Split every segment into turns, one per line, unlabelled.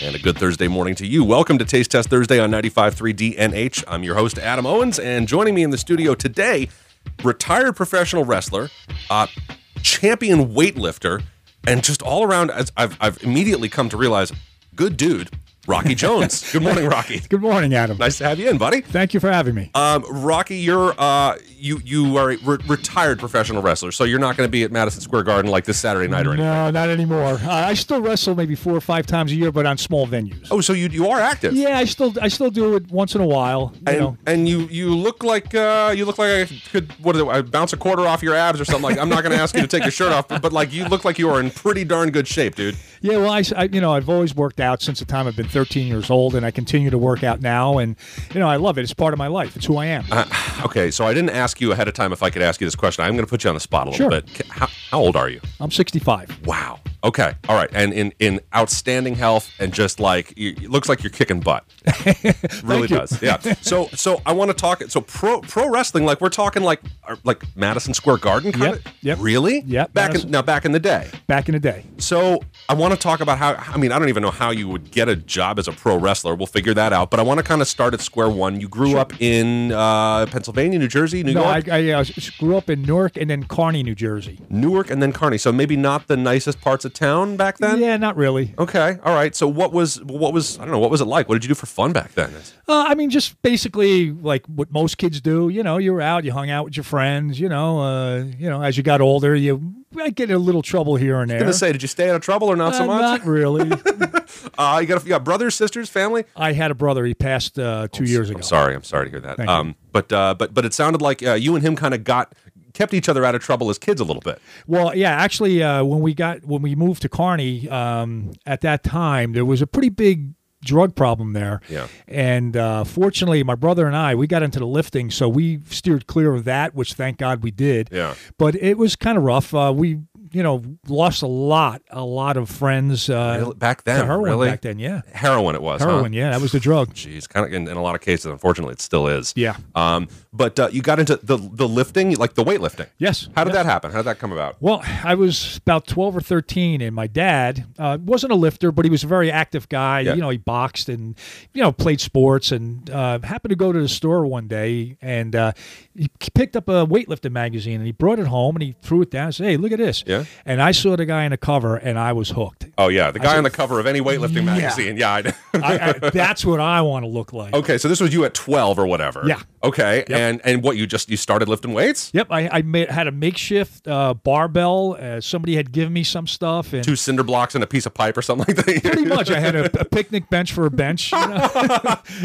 and a good Thursday morning to you. Welcome to Taste Test Thursday on 95.3 DNH. I'm your host, Adam Owens, and joining me in the studio today, retired professional wrestler, uh, champion weightlifter, and just all around, as I've, I've immediately come to realize, good dude, Rocky Jones. good morning, Rocky.
Good morning, Adam.
Nice to have you in, buddy.
Thank you for having me.
Um, Rocky, you're uh, you you are a re- retired professional wrestler, so you're not going to be at Madison Square Garden like this Saturday night or anything.
No, not anymore. Uh, I still wrestle maybe four or five times a year, but on small venues.
Oh, so you you are active.
Yeah, I still I still do it once in a while. You
And,
know,
and you you look like uh, you look like I could what is it, I bounce a quarter off your abs or something like I'm not going to ask you to take your shirt off but, but like you look like you are in pretty darn good shape dude
yeah. Well, I, s- I- you know I've always worked out since the time I've been 13 years old, and I continue to work out now. And you know I love it. It's part of my life. It's who I am.
Uh-huh. okay so I didn't ask you ahead of time if I could ask you this question I'm going to put you on the spot a little
Sure.
bit Ca- how, how old are you
I'm 65.
wow okay all right and in in outstanding health and just like you, it looks like you're kicking butt really
you.
does yeah so so I want to talk so pro pro wrestling like we're talking like are- like Madison Square Garden kind
Yep,
of
yep.
really
Yep,
back in,
Madison-
now back in the day
Back in the day.
So I want to talk about how. I mean, I don't even know how you would get a job as a pro wrestler. We'll figure that out. But I want to kind of start at square one. You grew up in uh, Pennsylvania, New Jersey, New
No, I,
York,
I uh, s- grew up in Newark and then Kearney, New Jersey.
Newark, and then Kearney. So maybe not the nicest parts of town back then.
Yeah, not really.
Okay. All right. So what was what was I don't know what was it like? What did you do for fun back then?
Uh, I mean, just basically like what most kids do. You know, you were out, you hung out with your friends. You know, uh, you know, as you got older, you might get in a little trouble here and there.
I'm gonna say, did you stay out of trouble or not so
Uh,
much?
not really.
Uh, you got you got brothers, sisters, family.
I had a brother. He passed uh, two years ago.
I'm sorry. I'm sorry to hear that.
Thank you.
um, but uh, but but it sounded like uh, you and him kind of got kept each other out of trouble as kids a little bit.
Well, yeah, actually, uh, when we got when we moved to Kearney, um, at that time there was a pretty big drug problem there.
Yeah.
And uh, fortunately, my brother and I we got into the lifting, so we steered clear of that, which thank God we did.
Yeah.
But it was kind of rough. Uh, we you know lost a lot, a lot of friends. Uh,
Really? Back then,
to heroin
really?
back then, yeah.
Heroin it was. huh?
Heroin, yeah, that was the drug.
Jeez, kind of in, in a lot of cases, unfortunately, it still is.
Yeah.
Um, but uh, you got into the the lifting, like the weightlifting.
Yes.
How did that happen? How did that come about?
Well, I was about 12 or 13, and my dad uh, wasn't a lifter, but he was a very active guy.
Yeah.
You know, he boxed and, you know, played sports and uh, happened to go to the store one day and uh, he picked up a weightlifting magazine and he brought it home and he threw it down and said, Hey, look at this.
Yeah.
And I saw the guy in the cover and I was hooked.
Oh yeah, the guy on the cover of any weightlifting
Yeah.
magazine. Yeah. I,
I, I, that's what I want to look like.
okay, so this was you at twelve or whatever.
Yeah.
Okay, and and what you just you started lifting weights?
Yep, I, I made, had a makeshift uh, barbell. Uh, somebody had given me some stuff, and
Two cinder blocks and a piece of pipe or something like that.
pretty much. I had a, a picnic bench for a bench. you know?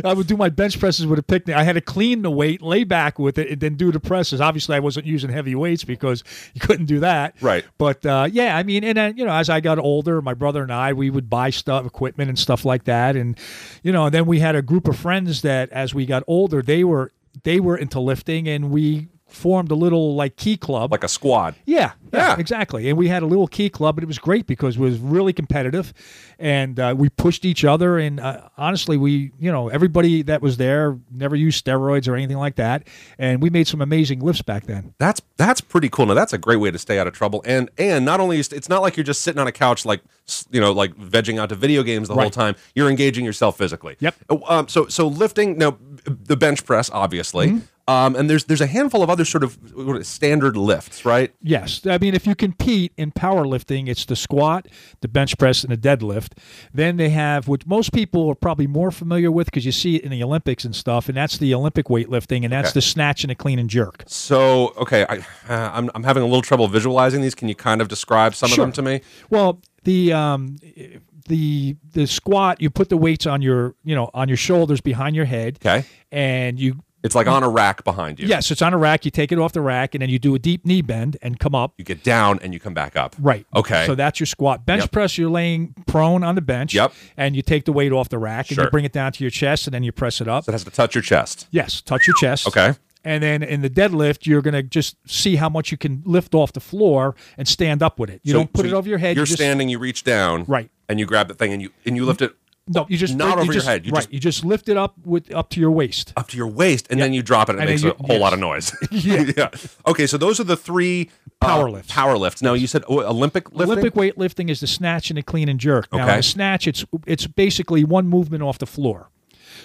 I would do my bench presses with a picnic. I had to clean the weight, lay back with it, and then do the presses. Obviously, I wasn't using heavy weights because you couldn't do that.
Right.
But uh, yeah, I mean, and then you know, as I got older, my brother and I, we would buy stuff, equipment, and stuff like that. And you know, then we had a group of friends that, as we got older, they were they were into lifting, and we formed a little like key club.
like a squad.
Yeah,
Yeah.
yeah, exactly. And we had a little key club, and it was great because it was really competitive, and uh, we pushed each other. And uh, honestly, we, you know, everybody that was there never used steroids or anything like that, and we made some amazing lifts back then.
That's that's pretty cool. Now that's a great way to stay out of trouble. And and not only is it's not like you're just sitting on a couch like s- you know like vegging out to video games the whole
Right.
time. You're engaging yourself physically.
Yep.
Oh, Um, so so lifting now b- the bench press obviously.
Mm-hmm.
Um, and there's there's a handful of other sort of what is it, standard lifts, right?
Yes, I mean, if you compete in powerlifting, it's the squat, the bench press, and the deadlift. Then they have, which most people are probably more familiar with because you see it in the Olympics and stuff, and that's the Olympic weightlifting, and that's
Okay.
the snatch and the clean and jerk.
So okay, I, uh, I'm I'm having a little trouble visualizing these. Can you kind of describe some
Sure.
of them to me?
Well, the um, the the squat, you put the weights on your you know on your shoulders behind your head.
Okay.
And you
It's like on a rack behind you.
yes, it's on a rack. You take it off the rack, and then you do a deep knee bend and come up.
You get down and you come back up.
Right.
Okay.
So that's your squat. Bench
Yep.
press, you're laying prone on the bench.
Yep.
And you take the weight off the rack and
Sure.
you bring it down to your chest and then you press it up.
it has to touch your chest.
yes. Touch your chest.
Okay.
And then in the deadlift, you're going to just see how much you can lift off the floor and stand up with it. You
So-
don't put
so
it over your head.
You're
you just
standing. You reach down.
Right.
And you grab the thing and you and you lift it
No, you just
Not
you
over your
just-
head. You
right,
just-
you just lift it up with up to your waist.
up to your waist, and then you drop it. and It
And then
makes
you-
a whole lot
yes.
of noise. yeah. Okay, so those are the three uh,
Power lifts.
Power lifts. Now you said oh, Olympic lifting.
Olympic weightlifting is the snatch and the clean and jerk. Now,
Okay.
in the snatch, it's it's basically one movement off the floor.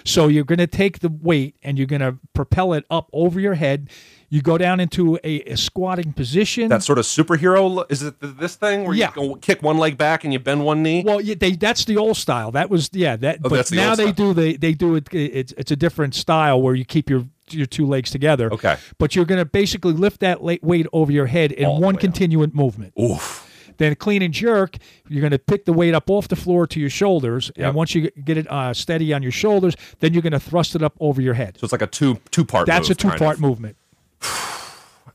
So you're going to take the weight and you're going to propel it up over your head. You go down into a, a squatting position.
that sort of superhero. li- Is it th- this thing where
Yeah.
you go kick one leg back and you bend one knee?
well, yeah, they, that's the old style. That was yeah. That but
Oh, that's the
now
old style.
they do they they do it. It's it's a different style where you keep your your two legs together.
Okay.
But you're going to basically lift that la- weight over your head in
All the
one
way up.
continuous movement.
Oof.
Then clean and jerk, you're going to pick the weight up off the floor to your shoulders,
Yep.
and once you get it uh, steady on your shoulders, then you're going to thrust it up over your head.
So it's like a two two part.
That's a two-part movement.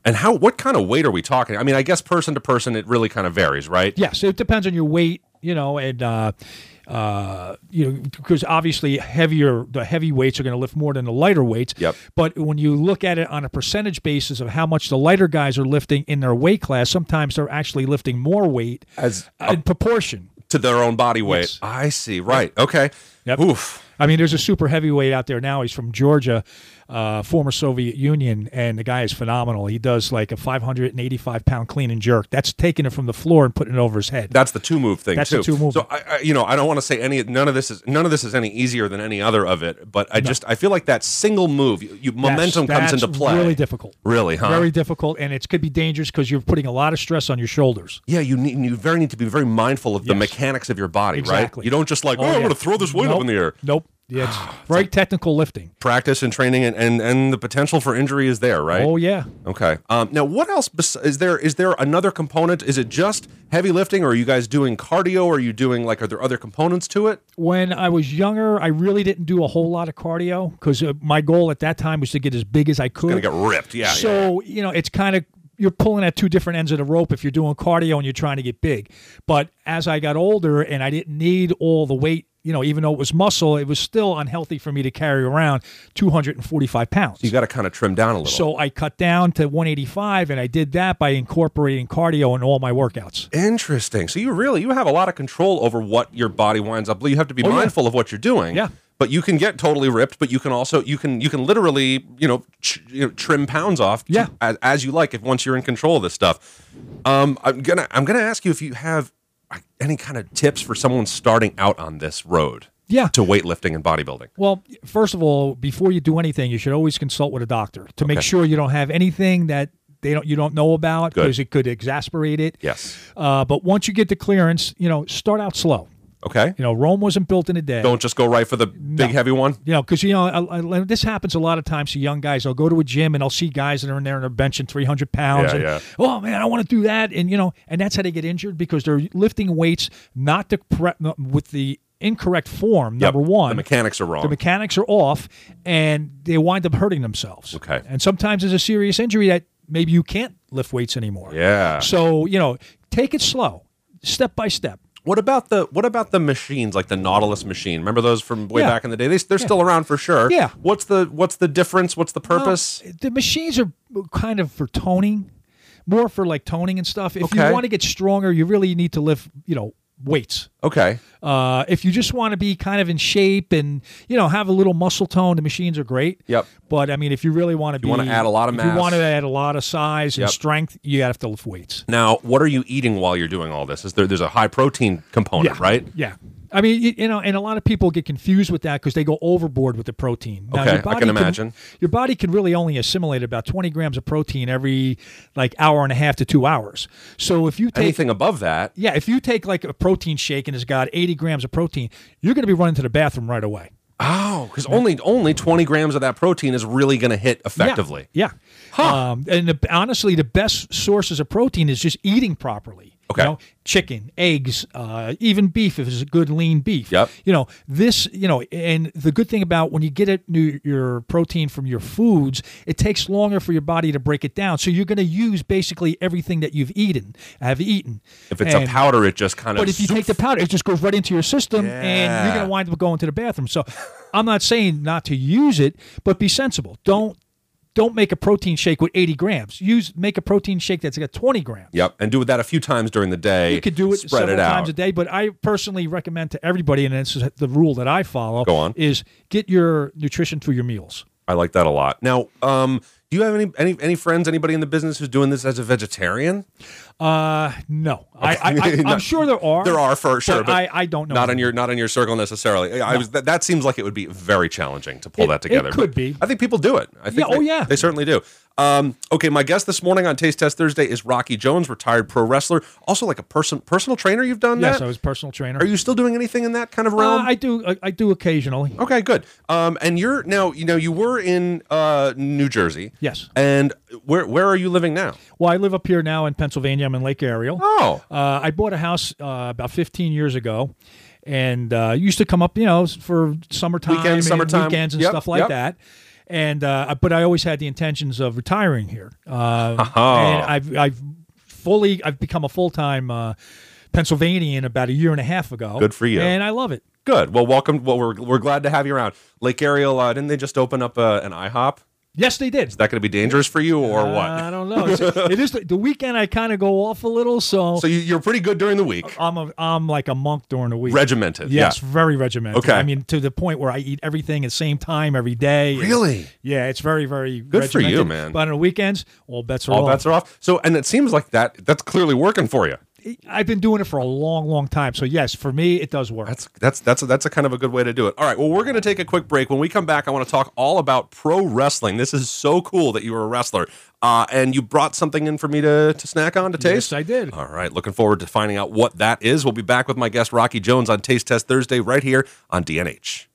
And how? What kind of weight are we talking? I mean, I guess person to person, it really kind of varies, right?
Yes, it depends on your weight, you know, and uh, uh, you know, because obviously heavier the heavy weights are going to lift more than the lighter weights.
Yep.
But when you look at it on a percentage basis of how much the lighter guys are lifting in their weight class, sometimes they're actually lifting more weight
As
in proportion.
to their own body weight.
Yes.
I see. Right. Okay.
Yep.
Oof.
I mean, there's a super heavyweight out there now. He's from Georgia, uh, former Soviet Union, and the guy is phenomenal. He does like a 585 pound clean and jerk. That's taking it from the floor and putting it over his head.
That's the two move thing
That's
too.
the two move.
So I, I, you know, I don't want to say any. None of this is none of this is any easier than any other of it. But I just I feel like that single move, you, you, momentum
That's-
comes into
that's
play.
Really difficult.
Really, huh?
Very difficult, and it could be dangerous because you're putting a lot of stress on your shoulders.
yeah, you need you very need to be very mindful of the
Yes.
mechanics of your body, right?
Exactly.
You don't just like, oh, I'm
yeah.
going to throw this weight up
Nope.
in the air. Ah,
Nope. Yeah, it's very technical lifting.
Practice and training, and and, and the potential for injury is there, right?
Oh yeah.
Okay. Um, now, what else bes- is there? Is there another component? Is it just heavy lifting, or are you guys doing cardio? Or are you doing like? Are there other components to it?
When I was younger, I really didn't do a whole lot of cardio because uh, my goal at that time was to get as big as I could.
Gonna get ripped. Yeah. yeah.
So, you know, it's kind of you're pulling at two different ends of the rope if you're doing cardio and you're trying to get big. But as I got older and I didn't need all the weight, you know, even though it was muscle, it was still unhealthy for me to carry around 245 pounds.
you got to kind of trim down a little.
so I cut down to 185 and I did that by incorporating cardio in all my workouts.
Interesting. So you really you have a lot of control over what your body winds up. You have to be
Oh, yeah.
mindful of what you're doing.
Yeah.
But you can get totally ripped, but you can also you can you can literally you know, ch- you know trim pounds off to-
Yeah.
as, as you like if once you're in control of this stuff. Um, I'm gonna I'm gonna ask you if you have uh, any kind of tips for someone starting out on this road.
Yeah.
To weightlifting and bodybuilding.
Well, first of all, before you do anything, you should always consult with a doctor to make sure you don't have anything that they don't you don't know about
Good.
because it could exasperate it.
Yes.
Uh, but once you get the clearance, you know, start out slow.
Okay.
You know, Rome wasn't built in a day.
Don't just go right for the big heavy one.
You know, because you know I, I, this happens a lot of times to young guys. I'll go to a gym and I'll see guys that are in there and they're benching 300 pounds.
Yeah,
and,
yeah.
Oh man, I want to do that, and you know, and that's how they get injured because they're lifting weights not the correct with the incorrect form.
Yep.
Number one,
The mechanics are wrong.
the mechanics are off, and they wind up hurting themselves.
Okay.
and sometimes there's a serious injury that maybe you can't lift weights anymore.
yeah.
So you know, take it slow, step by step.
What about the what about the machines like the Nautilus machine? Remember those from way
Yeah.
back in the day? They, they're still around for sure.
Yeah.
What's the what's the difference? What's the purpose?
Well, the machines are kind of for toning, more for like toning and stuff. If
Okay.
you want to get stronger, you really need to lift, you know, weights.
okay.
Uh, if you just want to be kind of in shape and you know have a little muscle tone, the machines are great.
Yep.
But I mean, if you really want to be,
wanna add a lot of
if
mass.
you want to add a lot of size and
Yep.
strength, you have to lift weights.
Now, what are you eating while you're doing all this? Is there there's a high protein component, right?
Yeah. I mean, you, you know, and a lot of people get confused with that because they go overboard with the protein. Now,
Okay, I
your
can
body
imagine.
Your body can really only assimilate about 20 grams of protein every like hour and a half to two hours. So if you take,
Anything above that?
yeah, if you take like a protein shake and it's got 80 grams of protein, you're going to be running to the bathroom right away.
Oh, because only only 20 grams of that protein is really going to hit effectively.
Yeah. yeah. Um, and the, honestly, the best sources of protein is just eating properly.
Okay.
You know, chicken, eggs, uh, even beef if it's a good lean beef.
Yep.
You know, this, you know, and the good thing about when you get it, new- your protein from your foods, it takes longer for your body to break it down. So you're going to use basically everything that you've eaten, have eaten.
If it's a
And-
powder, it just kind of.
but if you take the powder, it just goes right into your system, and
Yeah.
you're going to wind up going to the bathroom. So, I'm not saying not to use it, but be sensible. Don't don't make a protein shake with 80 grams. Use make a protein shake that's got 20 grams.
Yep, and do that a few times during the day.
You could do it
Spread
several
it out.
times a day, but I personally recommend to everybody, and this is the rule that I follow.
Go on.
Is get your nutrition through your meals.
I like that a lot. Now, um, do you have any, any any friends, anybody in the business who's doing this as a vegetarian?
Uh, no, I, I, I I'm
Not-
sure there are.
There are for sure, but
I, I don't know.
not in your not in your circle necessarily. I was that, that seems like it would be very challenging to pull
It-
that together.
it could
but
be.
I think people do it. I think
Yeah, oh,
they-
yeah.
they certainly do. Um, okay, my guest this morning on Taste Test Thursday is Rocky Jones, retired pro wrestler, also like a person personal trainer. You've done
Yes,
that.
I was a personal trainer.
Are you still doing anything in that kind of
Uh,
realm?
I do. I, I do occasionally.
Okay, good. Um, and you're now, you know, you were in uh, New Jersey.
Yes.
And where where are you living now?
Well, I live up here now in Pennsylvania. I'm in Lake Ariel.
Oh,
Uh, I bought a house uh, about 15 years ago, and uh, used to come up, you know, for summertime,
Weekends,
and
summertime.
weekends, and
Yep,
stuff like
yep.
that. And uh, I- but I always had the intentions of retiring here, uh,
Uh-huh.
and I've I've fully I've become a full time uh, Pennsylvanian about a year and a half ago.
Good for you.
and I love it.
good. Well, welcome. Well, we're we're glad to have you around. Lake Ariel. Uh, didn't they just open up uh, an IHOP? Is
Yes, they did.
that going to be dangerous for you or what?
I don't know. It's, it is the, the weekend. I kind of go off a little, so,
So you, you're pretty good during the week,
I'm a, I'm like a monk during the week.
regimented.
Yes,
Yeah.
very regimented.
Okay.
I mean, to the point where I eat everything at the same time every day. And-
Really?
yeah, it's very, very
Good for you,
regimented.
man.
But on the weekends, all bets are
All
off.
bets are off. So, and it seems like that that's clearly working for you.
I've been doing it for a long, long time. So yes, for me, it does work.
That's that's that's a, that's a kind of a good way to do it. All right. Well, we're going to take a quick break. When we come back, I want to talk all about pro wrestling. This is so cool that you were a wrestler, uh, and you brought something in for me to to snack on to taste.
yes, I did.
All right. Looking forward to finding out what that is. We'll be back with my guest Rocky Jones on Taste Test Thursday right here on DNH.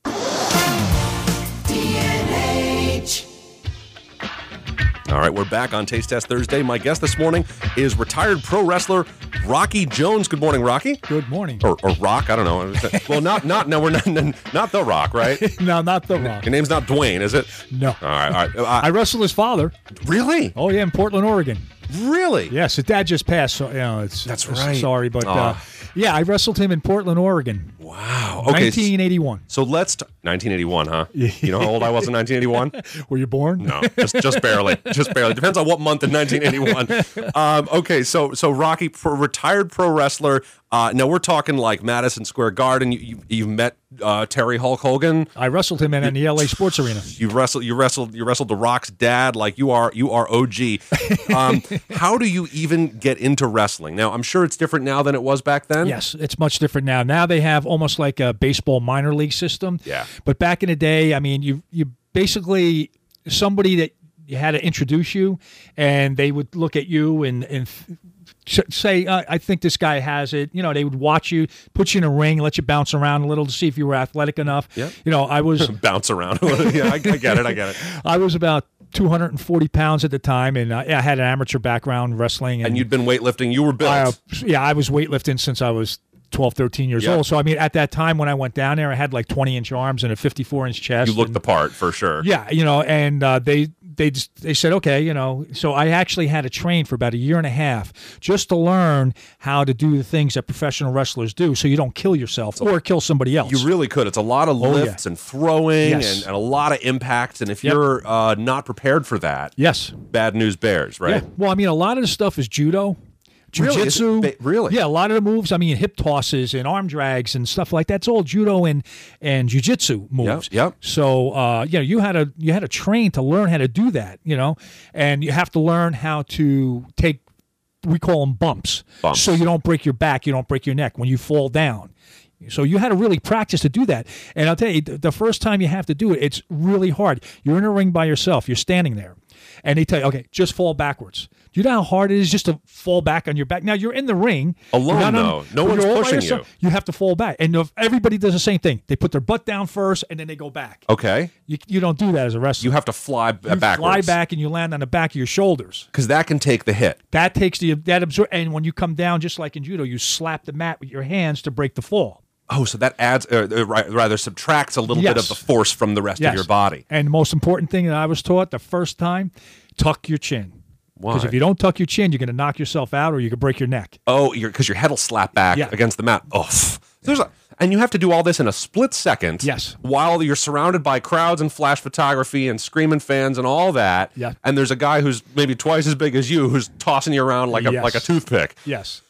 All right, we're back on Taste Test Thursday. My guest this morning is retired pro wrestler Rocky Jones. Good morning, Rocky.
Good morning.
Or, or Rock, I don't know. Well, not not no, we're not not the Rock, right?
no, not the rock.
Your name's not Dwayne, is it?
No.
All right, all right.
I
Uh,
wrestle his father.
really?
Oh yeah, in Portland, Oregon.
Really?
Yes, his dad just passed. So you know, it's
That's
it's-
right.
Sorry, but uh,
Aw.
yeah, I wrestled him in Portland, Oregon,
Wow. Okay. s-
1981.
So let's t- 1981, huh? You know how old I was in 1981?
Were you born?
No, just just barely, just barely. Depends on what month in 1981. Um, okay, so so Rocky, pro, retired pro wrestler. Uh, now we're talking like Madison Square Garden. You, you you've met uh, Terry Hulk Hogan.
I wrestled him in, in the LA Sports Arena.
You wrestled, you wrestled, you wrestled the Rock's dad. Like you are, you are OG. Um, how do you even get into wrestling? Now I'm sure it's different now than it was back then.
Yes, it's much different now. Now they have almost like a baseball minor league system.
Yeah.
But back in the day, I mean, you you basically somebody that you had to introduce you, and they would look at you and and. s- Say, uh, I think this guy has it. You know, they would watch you, put you in a ring, let you bounce around a little to see if you were athletic enough.
Yep.
You know, I was
bounce around. yeah, I, I get it. I get it.
I was about 240 pounds at the time, and I, I had an amateur background wrestling.
And you'd been weightlifting. You were built.
I, uh, yeah, I was weightlifting since I was 12, 13 years
Yeah.
old. So, I mean, at that time when I went down there, I had like 20 inch arms and a 54 inch chest.
you looked
and-
the part for sure.
yeah, you know, and uh, they they just, they said okay, you know. So I actually had to train for about a year and a half just to learn how to do the things that professional wrestlers do, so you don't kill yourself or kill somebody else.
You really could. It's a lot of lifts and throwing
Oh, Yes.
and, and a lot of impact. And if
Yep.
you're uh, not prepared for that,
yes.
bad news bears, right?
Yeah. Well, I mean, a lot of the stuff is judo.
Really? Is it
Jiu-jitsu,
ba- really?
Yeah, a lot of the moves. I mean, hip tosses and arm drags and stuff like that's all judo and and jiu-jitsu moves.
yep.
So, uh, you know, you had to you had to train to learn how to do that. You know, and you have to learn how to take we call them bumps,
Bumps.
so you don't break your back, you don't break your neck when you fall down. So you had to really practice to do that. And I'll tell you, th- the first time you have to do it, it's really hard. You're in a ring by yourself. You're standing there, and they tell you, okay, just fall backwards. Do you know how hard it is just to fall back on your back? Now you're in the ring you're
Alone,
not on-
though. No
you're
one's
all by
pushing
yourself. You have to fall back, and if everybody does the same thing. They put their butt down first, and then they go back.
Okay.
You, you don't do that as a wrestler.
You have to fly b-
fly
backwards.
back, and you land on the back of your shoulders.
Because that can take the hit.
That takes the that absor- and when you come down, just like in judo, you slap the mat with your hands to break the fall.
Oh, so that adds, uh, uh, ri- rather subtracts a little bit of
Yes.
the force from the rest of
Yes.
your body.
And the most important thing that I was taught the first time, tuck your chin. Because
Why?
if you don't tuck your chin, you're going to knock yourself out or you could break your neck.
Oh, because your head will slap back
Yeah.
against the mat. Oh, pff. there's a, And you have to do all this in a split second.
Yes.
While you're surrounded by crowds and flash photography and screaming fans and all that.
Yeah.
And there's a guy who's maybe twice as big as you who's tossing you around like a
Yes.
like a toothpick. Did
Yes.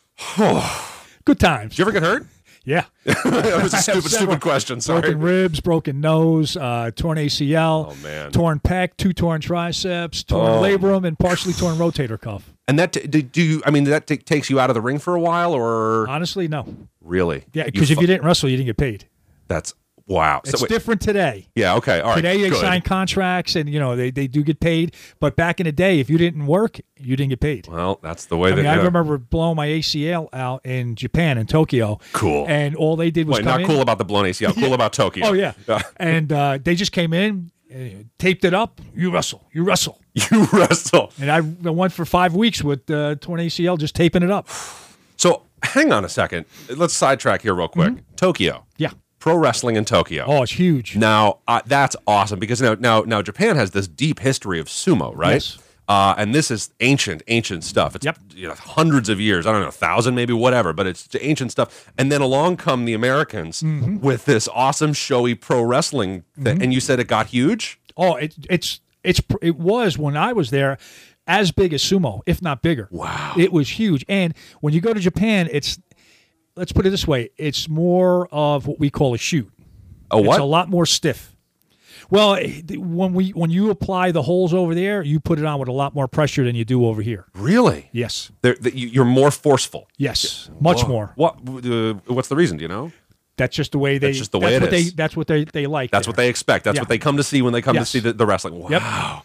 Good times.
you ever get hurt?
Yeah.
that was a stupid,
several-
stupid question. Sorry.
broken ribs, broken nose, uh, torn ACL,
Oh, man. Oh.
torn pec, two torn triceps, torn labrum, and partially torn rotator cuff.
And that t- do do you? I mean, that t- takes you out of the ring for a while, or
Honestly, no.
really?
Uh, Yeah, because if you didn't wrestle, you didn't get paid.
that's wow. So
It's
wait-
different today.
yeah. Okay. All right.
Today they
good.
sign contracts and you know they, they do get paid. But back in the day, if you didn't work, you didn't get paid.
Well, that's the way
I
that.
mean, I
yeah.
remember blowing my ACL out in Japan in Tokyo.
Cool.
And all they did was
Wait,
come
not
in-
cool about the blown ACL. Cool about Tokyo.
Oh yeah. and uh, they just came in, uh, taped it up. You wrestle. You wrestle.
you wrestle.
And I I went for five weeks with uh, torn ACL, just taping it up.
So hang on a second. Let's sidetrack here real quick. Tokyo.
Yeah.
Pro wrestling in Tokyo.
Mm-hmm. Oh, it's huge.
Now uh, that's awesome because now now now Japan has this deep history of sumo, right?
Yes.
Uh, and this is ancient, ancient stuff. It's
Yep.
you know, hundreds of years. I don't know, a thousand, maybe whatever, but it's ancient stuff. And then along come the Americans
Mm-hmm.
with this awesome, showy pro wrestling. Thing. And you said it got huge.
Oh, it, it's it's pr- it was when I was there as big as sumo, if not bigger.
Wow.
It was huge. And when you go to Japan, it's let's put it this way, it's more of what we call a shoot.
A what?
It's a lot more stiff. Well, eh, th- when we when you apply the holes over there, you put it on with a lot more pressure than you do over here.
really?
Yes.
They're, they, you- you're more forceful.
Yes. Much more.
What? Uh, what's the reason? Do you know?
That's just the way they
just the way it
what
is.
they that's what they they like.
That's
there.
what they expect. That's
Yeah.
what they come to see when they come to
Yes.
see the, the wrestling.
Yep.
Wow.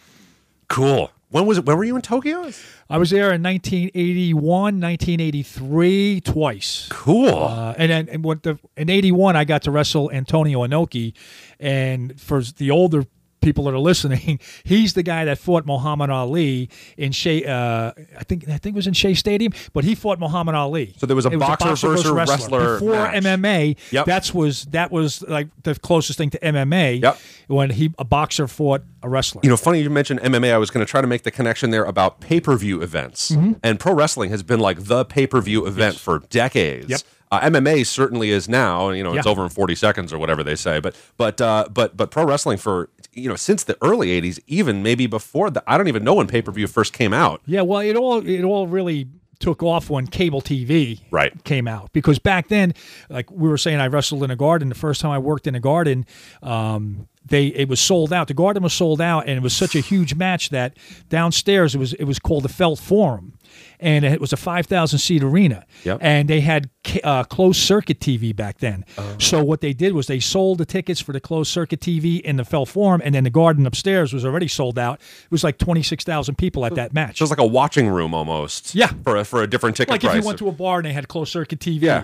Cool. When was it? When were you in Tokyo?
I was there in 1981, 1983, twice.
Cool.
Uh, and then and what the in '81, I got to wrestle Antonio Inoki, and for the older people that are listening, he's the guy that fought Muhammad Ali in Shea. Uh, I think I think it was in Shea Stadium, but he fought Muhammad Ali.
So there was a
It
boxer versus wrestler
before
match.
MMA.
Yep.
that's was that was like the closest thing to MMA.
Yep.
when he a boxer fought a wrestler.
You know, funny you mentioned MMA. I was going to try to make the connection there about pay per view events.
Mm-hmm.
And pro wrestling has been like the pay per view event for decades.
Yep.
Uh, MMA certainly is now. You know, it's
Yeah.
over in forty seconds or whatever they say. But but uh, but but pro wrestling for you know since the early '80s, even maybe before that. I don't even know when pay per view first came out.
Yeah, well, it all it all really took off when cable TV
Right.
came out because back then, like we were saying, I wrestled in a garden. The first time I worked in a garden, um, they it was sold out. The garden was sold out, and it was such a huge match that downstairs it was it was called the Felt Forum, and it was a five thousand seat arena.
Yep.
And they had ca- uh, closed circuit TV back then.
Oh.
So what they did was they sold the tickets for the closed circuit TV in the Felt Forum, and then the garden upstairs was already sold out. It was like twenty six thousand people at that match.
So it's like a watching room almost.
Yeah.
For a, for a different ticket
Like
price.
if you went to a bar and they had closed circuit TV.
Yeah.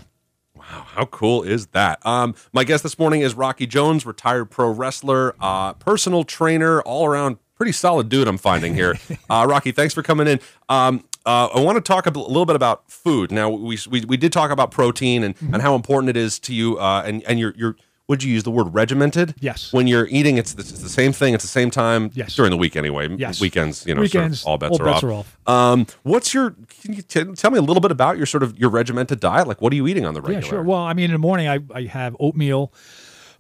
Wow, how cool is that? Um, my guest this morning is Rocky Jones, retired pro wrestler, uh, personal trainer, all around pretty solid dude. I'm finding here. uh, Rocky, thanks for coming in. Um, uh, I want to talk a bl- little bit about food. Now we we, we did talk about protein and, and how important it is to you uh, and and your your would you use the word regimented?
Yes.
When you're eating, it's the, it's the same thing. It's the same time.
Yes.
During the week, anyway.
Yes.
Weekends, you know, sort of
Weekends,
all bets,
all
are,
bets
off.
are off.
Um, what's your? Can you t- tell me a little bit about your sort of your regimented diet? Like, what are you eating on the
Yeah,
regular?
sure. Well, I mean, in the morning I, I have oatmeal,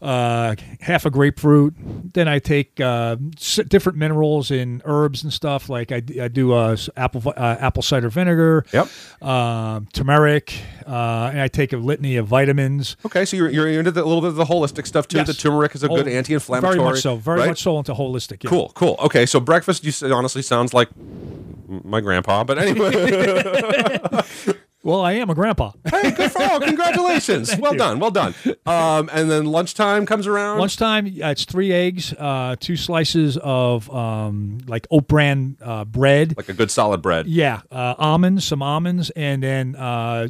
uh, half a grapefruit. Then I take uh, s- different minerals and herbs and stuff. Like I, d- I do uh, s- apple vi- uh, apple cider vinegar.
Yep.
Um, turmeric, uh, and I take a litany of vitamins.
Okay, so you're, you're into the, a little bit of the holistic stuff too.
Yes.
The turmeric is a good
Oh,
anti-inflammatory.
Very much so. Very
right?
much so into holistic. yeah.
Cool, cool. Okay, so breakfast you say, honestly sounds like my grandpa, but anyway,
Well, I am a grandpa.
hey, good for all. Congratulations. well done, well done. Um, and then lunchtime comes around.
Lunchtime, uh, it's three eggs, uh, two slices of um, like oat bran uh, bread.
like a good solid bread.
Yeah, uh, almonds, some almonds, and then uh,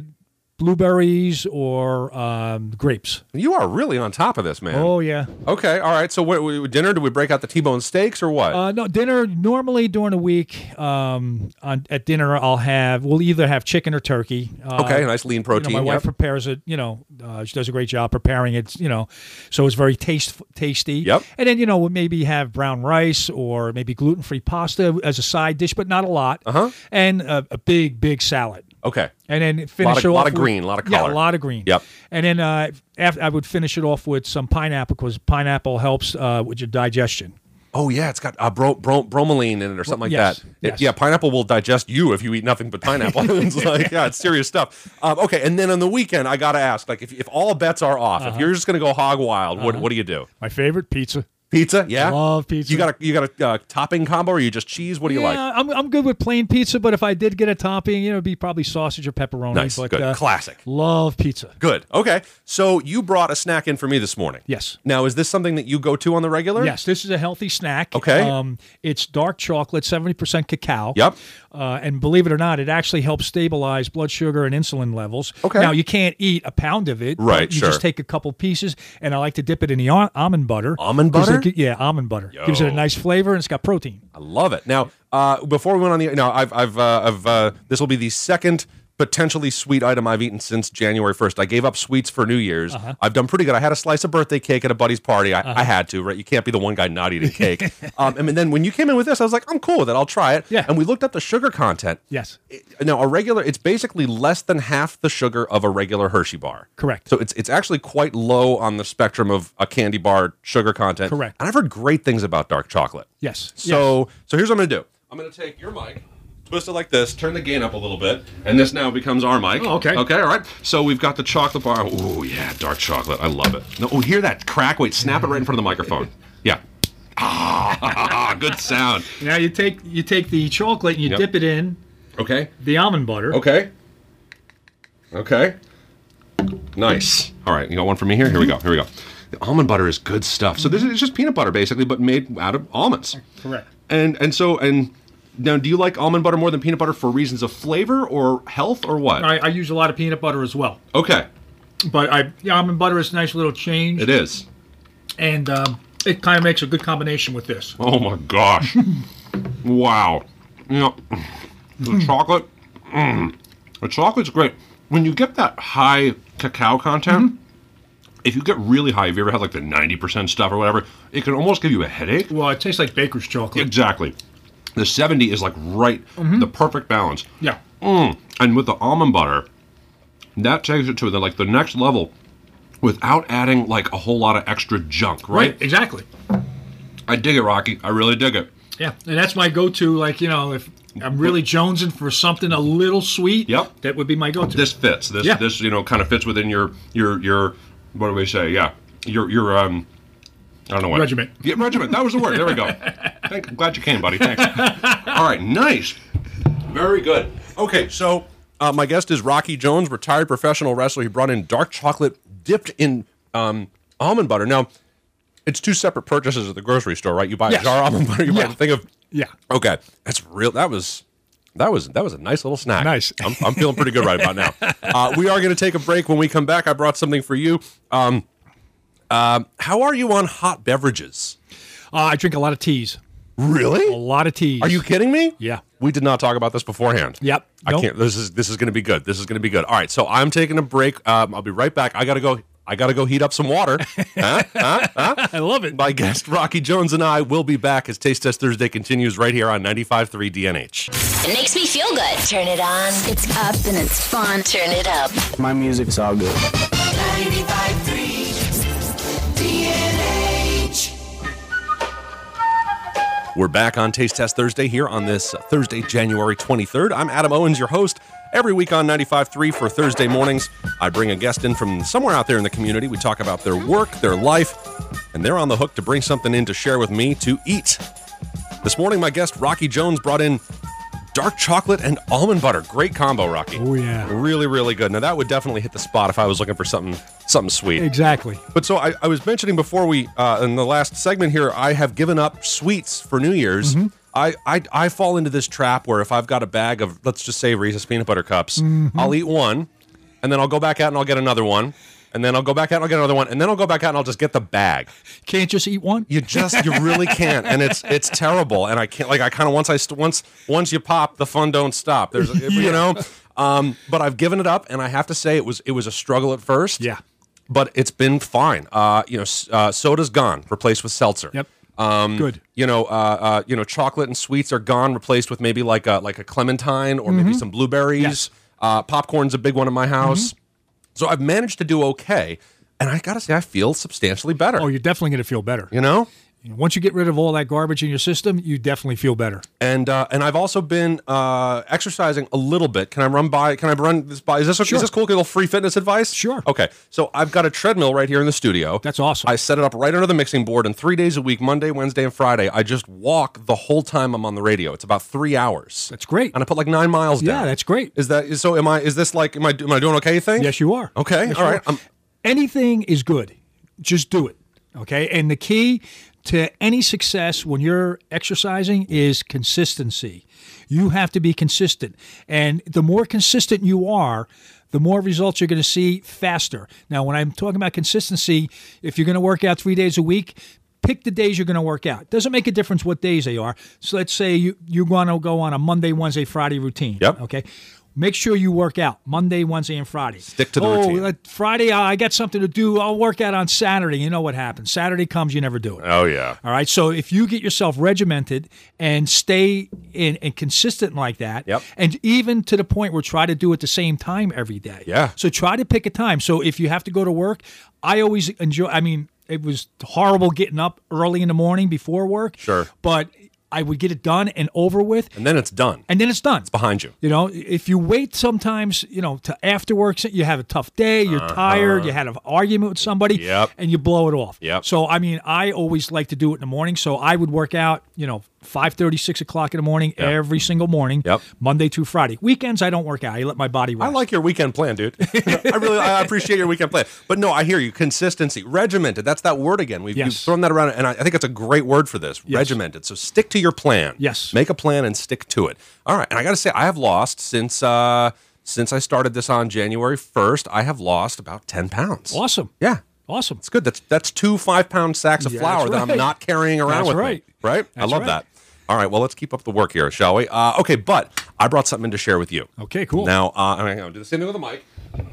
blueberries or um, grapes.
You are really on top of this, man.
Oh yeah.
Okay, all right. So what, we- dinner? Do we break out the T-bone steaks or what?
Uh, no dinner normally during the week. Um, on, at dinner, I'll have we'll either have chicken or turkey. Uh,
okay, nice lean
you know,
protein.
my wife
yep.
prepares it. You know, uh, she does a great job preparing it. You know, so it's very taste tasty.
Yep.
And then you know we maybe have brown rice
Uh-huh.
or maybe gluten free pasta as a side dish, but not a lot. Uh huh. And a, a big big salad.
Okay.
and then finish
of-
it off.
lot of
with-
green, lot of
yeah,
color.
a lot of green.
Yep.
And then uh, af I would finish it off with some pineapple because pineapple helps uh, with your digestion.
Oh yeah, it's got uh, bro- bro- bromoline in it or something like
Yes,
that. It-
yes.
yeah, pineapple will digest you if you eat nothing but pineapple. it's like yeah, it's serious stuff. Um, okay, and then on the weekend, I gotta ask, like if, if all bets are off,
Uh-huh.
if you're just gonna go hog wild, what what do you do?
My favorite pizza.
Pizza? Yeah,
Uh-huh. Love pizza.
You got a you got a uh, topping combo or you just cheese? What do you like?
Yeah, I'm, I'm good with plain pizza, but if I did get a topping, you know, it'd be probably sausage or pepperoni.
Nice,
but,
good,
uh,
classic.
Love pizza.
Good. Okay. So you brought a snack in for me this morning.
Yes.
Now is this something that you go to on the regular?
Yes, this is a healthy snack.
Okay.
Um, it's dark chocolate, 70% cacao.
Yep.
Uh, and believe it or not, it actually helps stabilize blood sugar and insulin levels.
Okay.
Now, you can't eat a pound of it. but
Right,
You
sure.
just take a couple pieces, and I like to dip it in the al- almond butter.
Almond
Gives it-
butter?
yeah, almond butter. Gives it a
Yo.
nice flavor, and it's got protein.
I love it. Now, uh, before we went on the, now I've, I've, uh, I've, uh, this will be the second potentially sweet item I've eaten since January 1st. I gave up sweets for New Year's.
Uh-huh.
I've done pretty good. I had a slice of birthday cake at a buddy's party. I, I had to, right? You can't be the one guy not eating cake. um, and then when you came in with this, I was like, I'm cool with it. I'll try it.
Yeah.
And we looked up the sugar content.
Yes.
It- Now, a regular, it's basically less than half the sugar of a regular Hershey bar.
Correct.
So it's it's actually quite low on the spectrum of a candy bar sugar content.
Correct.
And I've heard great things about dark chocolate.
Yes.
So so here's what I'm gonna do. I'm gonna take your mic, twist it like this, turn the gain up a little bit, and this now becomes our mic.
Oh, okay.
Okay, all right. So we've got the chocolate bar. Oh yeah, dark chocolate. I love it. No, oh hear that crack. Wait, snap it right in front of the microphone. Yeah. Ah, good sound.
Now you take you take the chocolate and you
Yep.
dip it in
Okay.
the almond butter.
Okay. Okay. Nice. All right, you got one for me here. Here we go. Here we go. The almond butter is good stuff. So this is it's just peanut butter basically, but made out of almonds.
Correct.
And and so and now, do you like almond butter more than peanut butter for reasons of flavor or health or what?
I, I use a lot of peanut butter as well,
Okay,
but I the almond butter is a nice little change,
it is.
and um, it kind of makes a good combination with this.
Oh my gosh! wow. You know, the chocolate. Mm, the chocolate's great. When you get that high cacao content, if you get really high, if you ever had like the ninety percent stuff or whatever, it can almost give you a headache.
Well, it tastes like baker's chocolate.
Exactly. The seventy is like right, the perfect balance.
Yeah.
Mm. And with the almond butter, that takes it to the like the next level without adding like a whole lot of extra junk, right?
Exactly.
I dig it, Rocky. I really dig it.
Yeah, and that's my go-to. Like you know, if I'm really jonesing for something a little sweet,
Yep.
that would be my go-to.
This fits. This
Yeah.
this, you know, kind of fits within your your your what do we say? Yeah. Your your um I don't know what
Regiment.
Yeah, regiment. That was the word. There we go. Thank, I'm glad you came, buddy. Thanks. All right, nice. Very good. Okay, so uh, my guest is Rocky Jones, retired professional wrestler. He brought in dark chocolate dipped in um, almond butter. Now, it's two separate purchases at the grocery store, right? You buy
Yes.
a jar of almond butter, you
Yeah.
buy a thing of
Yeah.
Okay, that's real. That was. That was that was a nice little snack.
Nice.
I'm, I'm feeling pretty good right about now. Uh, we are going to take a break. When we come back, I brought something for you. Um, um, how are you on hot beverages?
Uh, I drink a lot of teas. A
Really?
lot of teas.
Are you kidding me?
Yeah.
We did not talk about this beforehand.
Yep.
I
Nope.
can't. This is this is going to be good. This is going to be good. All right. So I'm taking a break. Um, I'll be right back. I got to go. I got to go heat up some water. Huh? Huh? Huh?
I love it.
My guest Rocky Jones and I will be back as Taste Test Thursday continues right here on 95.3 DNH.
It makes me feel good. Turn it on. It's up and it's fun. Turn it up.
My music's all good.
95.3 DNH.
We're back on Taste Test Thursday here on this Thursday, January 23rd. I'm Adam Owens, your host. Every week on 95.3 for Thursday mornings, I bring a guest in from somewhere out there in the community. We talk about their work, their life, and they're on the hook to bring something in to share with me to eat. This morning, my guest Rocky Jones brought in dark chocolate and almond butter. Great combo, Rocky.
Oh, yeah.
Really, really good. Now, that would definitely hit the spot if I was looking for something, something sweet.
Exactly.
But so I, I was mentioning before we uh, in the last segment here, I have given up sweets for New Year's. I, I I fall into this trap where if I've got a bag of let's just say Reese's peanut butter cups, I'll eat one, and then I'll go back out and I'll get another one, and then I'll go back out and I'll get another one, and then I'll go back out and I'll just get the bag.
Can't just eat one.
You just you really can't, and it's it's terrible. And I can't like I kind of once I st- once once you pop, the fun don't stop. There's you know, um, but I've given it up, and I have to say it was it was a struggle at first
Yeah.
but it's been fine. Uh, you know, s- uh, soda's gone, replaced with seltzer.
Yep.
Um,
Good.
You know, uh, uh, you know, chocolate and sweets are gone, replaced with maybe like a like a clementine or maybe some blueberries.
Mm-hmm. Yes. Mm-hmm.
Uh, popcorn's a big one in my house. So I've managed to do okay. And I got to say, I feel substantially better.
Oh, you're definitely going to feel better.
you know?
Once you get rid of all that garbage in your system, you definitely feel better.
and uh, and I've also been uh, exercising a little bit. Can I run by? Can I run this by? Is this
Sure.
is this cool? Get a little free fitness advice.
Sure.
Okay. So I've got a treadmill right here in the studio.
That's awesome.
I set it up right under the mixing board, and three days a week, Monday, Wednesday, and Friday, I just walk the whole time I'm on the radio. It's about three hours.
That's great.
And I put like nine miles
Yeah,
down.
that's great.
Is that is, so? Am I? Is this like? Am I? Am I doing okay? Thing?
Yes, you are.
Okay.
Yes,
all
you
right.
are.
I'm-
Anything is good. Just do it. Okay. And the key to any success when you're exercising is consistency. You have to be consistent. And the more consistent you are, the more results you're going to see faster. Now, when I'm talking about consistency, if you're going to work out three days a week, pick the days you're going to work out. Doesn't make a difference what days they are. So let's say you, you want to go on a Monday, Wednesday, Friday routine.
Yep.
Okay. Make sure you work out Monday, Wednesday, and Friday.
Stick to the
oh,
routine.
uh, Friday, I I got something to do. I'll work out on Saturday. You know what happens. Saturday comes, you never do it.
oh yeah.
All right. So if you get yourself regimented and stay in and consistent like that,
Yep.
and even to the point where try to do it the same time every day.
Yeah.
So try to pick a time. So if you have to go to work, I always enjoy. I mean, it was horrible getting up early in the morning before work.
Sure.
But I would get it done and over with,
And then it's done.
and then it's done. It's
behind you.
you know, if you wait sometimes, you know, to after work, you have a tough day, you're tired, you had an argument with somebody,
Uh-huh. Yep.
and you blow it off.
Yep.
So, I mean, I always like to do it in the morning. So I would work out, you know, 5.30, 6 o'clock in the morning every single morning,
Yep.
Monday through Friday. Weekends, I don't work out. I let my body
I
rest.
like your weekend plan, dude. I really I appreciate your weekend plan. But no, I hear you. Consistency, regimented. That's that word again. We've
Yes.
you've thrown that around, and I, I think it's a great word for this. Regimented. So stick to your plan.
Yes.
Make a plan and stick to it. All right. And I got to say, I have lost since uh since I started this on January first. I have lost about ten pounds.
Awesome.
Yeah.
Awesome.
It's good. That's that's two five pound sacks of
Yeah,
flour
that's
that I'm
right.
not carrying around
That's
with
right.
me. Right. I
That's
love
right.
that. All right. Well, let's keep up the work here, shall we? Uh, okay. But I brought something to share with you.
Okay, cool.
Now uh, I'm gonna do the same thing with the mic.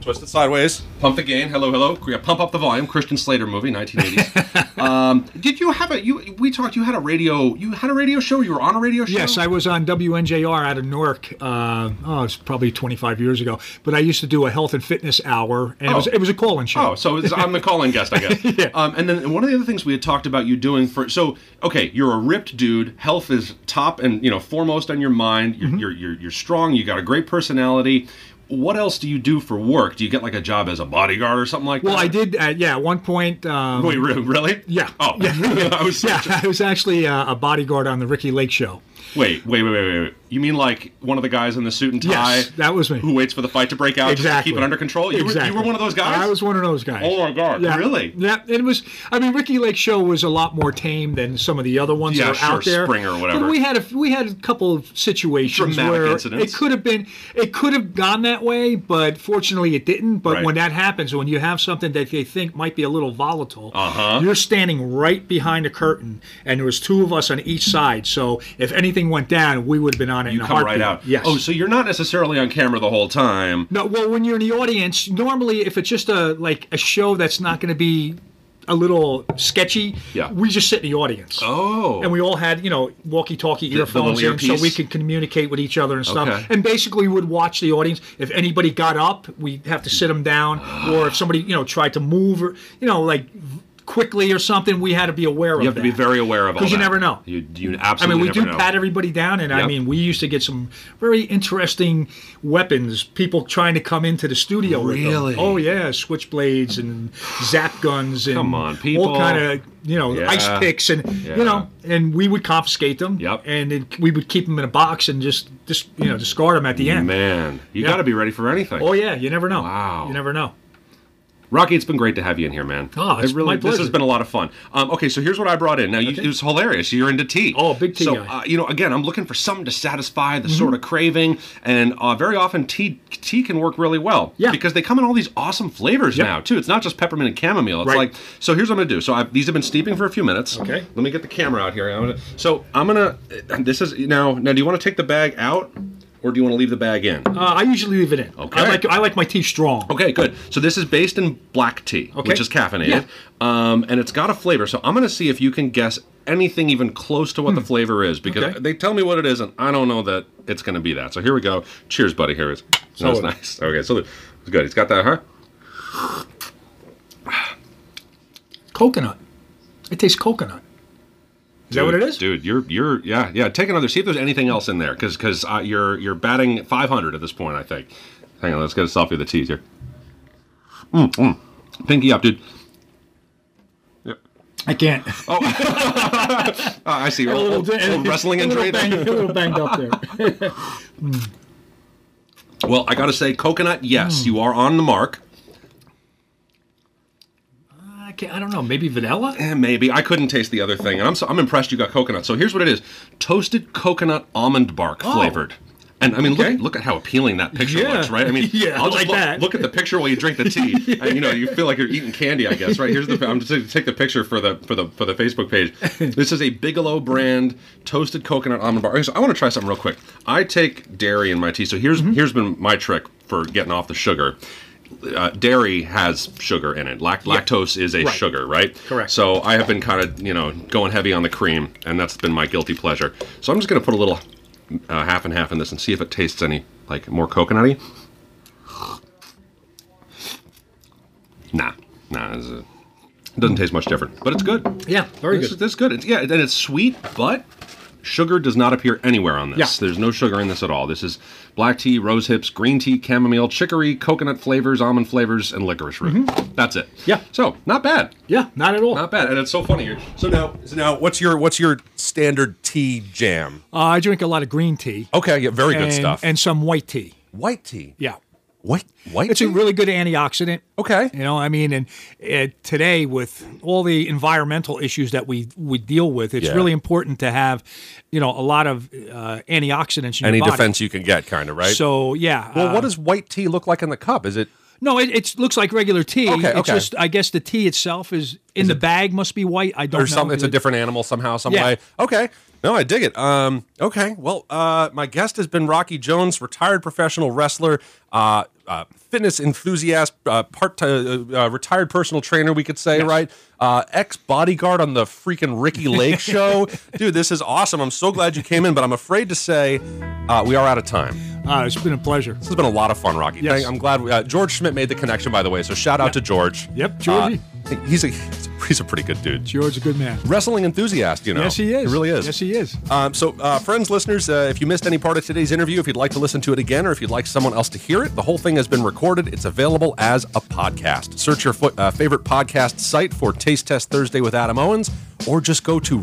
Twist it sideways. Pump the gain. Hello, hello. Yeah, Pump up the volume. Christian Slater movie, 1980s. um, did you have a you? We talked. You had a radio. You had a radio show. You were on a radio show.
Yes, I was on WNJR out of Newark. Uh, oh, it's probably 25 years ago. But I used to do a health and fitness hour, and
Oh.
it was it was a call-in show.
Oh, so it's- I'm the calling guest, I guess. yeah. Um, and then one of the other things we had talked about you doing for so okay, you're a ripped dude. Health is top and you know foremost on your mind. You're
Mm-hmm.
you're, you're you're strong. You got a great personality. What else do you do for work? Do you get like a job as a bodyguard or something like
well,
that?
I did. Uh, yeah, at one point. Um,
Wait, re- really?
Yeah.
Oh, I was.
Yeah, I was actually uh, a bodyguard on the Ricky Lake Show.
Wait, wait, wait, wait, wait. You mean like one of the guys in the suit and tie?
Yes, that was me.
Who waits for the fight to break out just to
Exactly.
keep it under control? You, were,
Exactly.
you were one of those guys.
I was one of those guys.
Oh my God,
Yeah.
really?
Yeah. It was. I mean, Ricky Lake Show was a lot more tame than some of the other ones
Yeah,
that were out
sure,
there.
Springer or whatever.
But we had a we had a couple of situations
Dramatic
where
incidents.
it could have been it could have gone that way, but fortunately it didn't. But
Right.
when that happens, when you have something that they think might be a little volatile, uh-huh. you're standing right behind the curtain, and there was two of us on each side. So if anything went down, we would have been on it. in
You
a
come right
heartbeat.
out.
Yes.
Oh, so you're not necessarily on camera the whole time.
No, well, when you're in the audience, normally if it's just a like a show that's not going to be a little sketchy,
Yeah.
we just sit in the audience.
Oh.
And we all had, you know, walkie-talkie earphones
little
in, so we
earpiece?
could communicate with each other and stuff.
Okay.
And basically, would watch the audience. If anybody got up, we have to sit them down, or if somebody, you know, tried to move, or you know, like quickly or something, we had to be aware of.
you have to be very aware of all
because you
that.
never know.
You, you
I mean,
absolutely.
we do
never know.
pat everybody down, and I
Yep.
mean, we used to get some very interesting weapons. People trying to come into the studio.
Really?
With them. Oh yeah, switchblades and zap guns and
Come on, people.
all kind of you know
Yeah.
ice picks and
Yeah.
you know, and we would confiscate them.
Yep.
And then we would keep them in a box and just just you know discard them at the end.
Man, you
Yeah.
got to be ready for anything.
Oh yeah, you never know.
Wow.
You never know.
Rocky, it's been great to have you in here, man.
Oh, it's
It really,
my
this has
pleasure.
been a lot of fun. Um, okay, so here's what I brought in. Now, you, it was hilarious. You're into tea.
Oh, big tea
So,
guy. Mm-hmm.
uh, you know, again, I'm looking for something to satisfy the sort of craving, and uh, very often tea tea can work really well.
Yeah.
Because they come in all these awesome flavors
Yep.
now too. It's not just peppermint and chamomile. It's
Right.
like so. Here's what I'm gonna do. So I've, these have been steeping for a few minutes.
Okay.
Let me get the camera out here. I'm gonna, so I'm gonna. This is now. Now, do you want to take the bag out, or do you want to leave the bag in?
Uh, I usually leave it in.
Okay.
I like I like my tea strong.
Okay, good. So this is based in black tea,
Okay.
which is caffeinated, um, and it's got a flavor. So I'm going to see if you can guess
anything even close to what the flavor is because
Okay.
they tell me what it is and I don't know that it's going to be that. So here we go. Cheers, buddy. Here it is. So
Salud.
nice. Okay, so it's good. It's got that, huh?
Coconut. It tastes coconut. Is that what it is?
dude? You're you're yeah yeah. Take another. See if there's anything else in there because because uh, you're you're batting 500 at this point. I think. Hang on, let's get a selfie of the cheese here. Mm, mm. Pinky up, dude. Yep.
I can't.
Ah, I see. You're
A
all,
little di-
all wrestling
a little
injury.
banged- a little banged up there.
Well, I gotta say, coconut. Yes, you are on the mark.
I, can't, I don't know. Maybe vanilla.
Eh, maybe I couldn't taste the other thing, and I'm so, I'm impressed you got coconut. So here's what it is: toasted coconut almond bark flavored. And I mean, look, look at how appealing that picture
Oh. Yeah.
looks, right? I mean,
Yeah,
I'll just
like
look,
that.
look at the picture while you drink the tea, and you know, you feel like you're eating candy, I guess, right? Here's the I'm just going to take the picture for the for the for the Facebook page. This is a Bigelow brand toasted coconut almond bar. Okay, so I want to try something real quick. I take dairy in my tea, so here's
Mm-hmm.
here's been my trick for getting off the sugar. Uh, dairy has sugar in it. Lact- Lactose is a
Right.
sugar, right?
Correct.
So I have been kind of, you know, going heavy on the cream, and that's been my guilty pleasure. So I'm just going to put a little uh, half and half in this and see if it tastes any like more coconutty. Nah, nah, it's a, it doesn't taste much different, but it's good.
Yeah, very
this
good.
Is, this is good. It's, yeah, and it's sweet, but sugar does not appear anywhere on this.
Yeah.
There's no sugar in this at all. This is black tea, rose hips, green tea, chamomile, chicory, coconut flavors, almond flavors, and licorice root. That's it.
Mm-hmm. Yeah.
So not bad.
Yeah, not at all.
Not bad, and it's so funny. You're-
So
So
now, so now, what's your what's your standard tea jam?
Uh, I drink a lot of green tea.
Okay, yeah, Oh, very
and,
good stuff.
And some white tea.
white tea.
Yeah.
White white.
It's a
tea?
really good antioxidant.
Okay.
You know, I mean, and uh, today with all the environmental issues that we we deal with, it's
Yeah.
really important to have, you know, a lot of uh, antioxidants in
any
your body.
defense you can get, kind of right.
So yeah.
well,
uh,
what does white tea look like in the cup? Is it
No, it, it looks like regular tea.
Okay,
it's
okay.
just I guess the tea itself is in the bag must be white. I
or
don't know.
something? It's a
Oh, dude.
different animal somehow, some
Yeah.
way. Okay. No, I dig it. Um, okay. Well, uh, my guest has been Rocky Jones, retired professional wrestler, uh, uh, fitness enthusiast, uh, part uh, uh, retired personal trainer, we could say, right? Uh, Ex bodyguard on the freaking Ricky Lake show. Dude, this is awesome. I'm so glad you came in, but I'm afraid to say uh, we are out of time.
Ah, it's been a pleasure.
This has been a lot of fun, Rocky.
Yes.
Thank- I'm glad we, uh, George Schmidt made the connection, by the way. So shout out to George.
Yep, Georgie.
Uh, he's a he's a pretty good dude.
George's a good man.
Wrestling enthusiast, you know.
Yes, he is.
He really is.
Yes, he is.
Um, so, uh, friends, listeners, uh, if you missed any part of today's interview, if you'd like to listen to it again, or if you'd like someone else to hear it, the whole thing has been recorded. It's available as a podcast. Search your fo- uh, favorite podcast site for Taste Test Thursday with Adam Owens, or just go to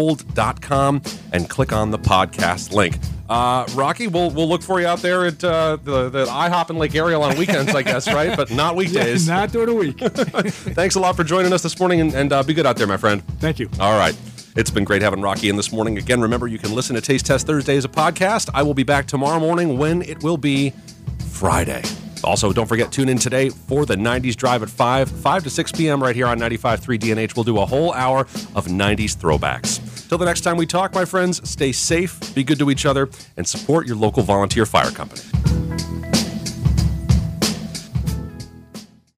radiobold.com and click on the podcast link. Uh, Rocky, we'll we'll look for you out there at uh, the the IHOP in Lake Ariel on weekends, I guess, right? But not weekdays.
Not during the week.
Thanks a lot for joining us this morning, and, and uh, be good out there, my friend.
Thank you.
All right. It's been great having Rocky in this morning. Again, remember you can listen to Taste Test Thursday as a podcast. I will be back tomorrow morning when it will be Friday. Also, don't forget, tune in today for the 90s Drive at 5, 5 to 6 p.m. right here on 95.3 DNH. We'll do a whole hour of 90s throwbacks. Till the next time we talk, my friends, stay safe, be good to each other, and support your local volunteer fire company.